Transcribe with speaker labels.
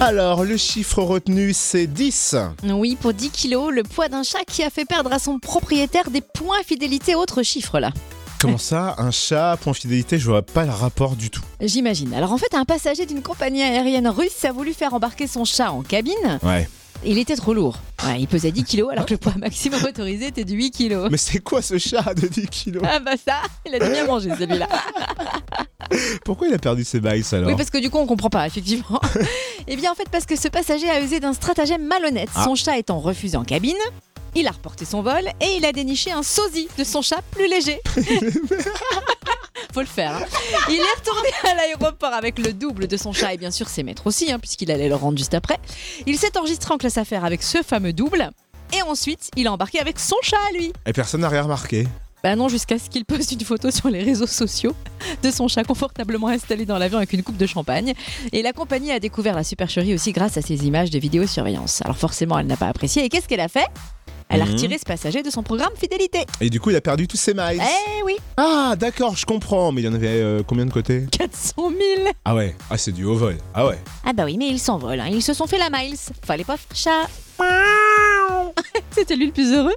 Speaker 1: Alors, le chiffre retenu, c'est 10.
Speaker 2: Oui, pour 10 kilos, le poids d'un chat qui a fait perdre à son propriétaire des points fidélité, autre chiffre là.
Speaker 1: Comment ça, un chat, point fidélité, je vois pas le rapport du tout.
Speaker 2: J'imagine. Alors en fait, un passager d'une compagnie aérienne russe a voulu faire embarquer son chat en cabine.
Speaker 1: Ouais.
Speaker 2: Il était trop lourd. Ouais, il pesait 10 kilos alors que le poids maximum autorisé était de 8 kilos.
Speaker 1: Mais c'est quoi ce chat de 10 kilos
Speaker 2: Ah bah ça, il a dû bien mangé celui-là.
Speaker 1: Pourquoi il a perdu ses bails alors
Speaker 2: Oui, parce que du coup, on comprend pas, effectivement. Eh bien, en fait, parce que ce passager a usé d'un stratagème malhonnête.
Speaker 1: Ah.
Speaker 2: Son chat étant refusé en cabine, il a reporté son vol et il a déniché un sosie de son chat plus léger. Faut le faire. hein. Il est retourné à l'aéroport avec le double de son chat et bien sûr ses maîtres aussi, hein, puisqu'il allait le rendre juste après. Il s'est enregistré en classe affaires avec ce fameux double. Et ensuite, il a embarqué avec son chat à lui.
Speaker 1: Et personne n'a rien remarqué.
Speaker 2: Bah non, jusqu'à ce qu'il poste une photo sur les réseaux sociaux de son chat confortablement installé dans l'avion avec une coupe de champagne. Et la compagnie a découvert la supercherie aussi grâce à ses images de vidéosurveillance. Alors forcément, elle n'a pas apprécié. Et qu'est-ce qu'elle a fait Elle a
Speaker 1: Mhm.
Speaker 2: retiré ce passager de son programme fidélité.
Speaker 1: Et du coup, il a perdu tous ses miles.
Speaker 2: Eh oui,
Speaker 1: Ah, d'accord, je comprends, mais il y en avait euh, combien de côtés
Speaker 2: 400 000
Speaker 1: Ah ouais, ah c'est du haut vol. Ah ouais.
Speaker 2: Ah bah oui, mais ils s'envolent. hein. Ils se sont fait la miles. Fallait pas faire chat. C'était lui le plus heureux.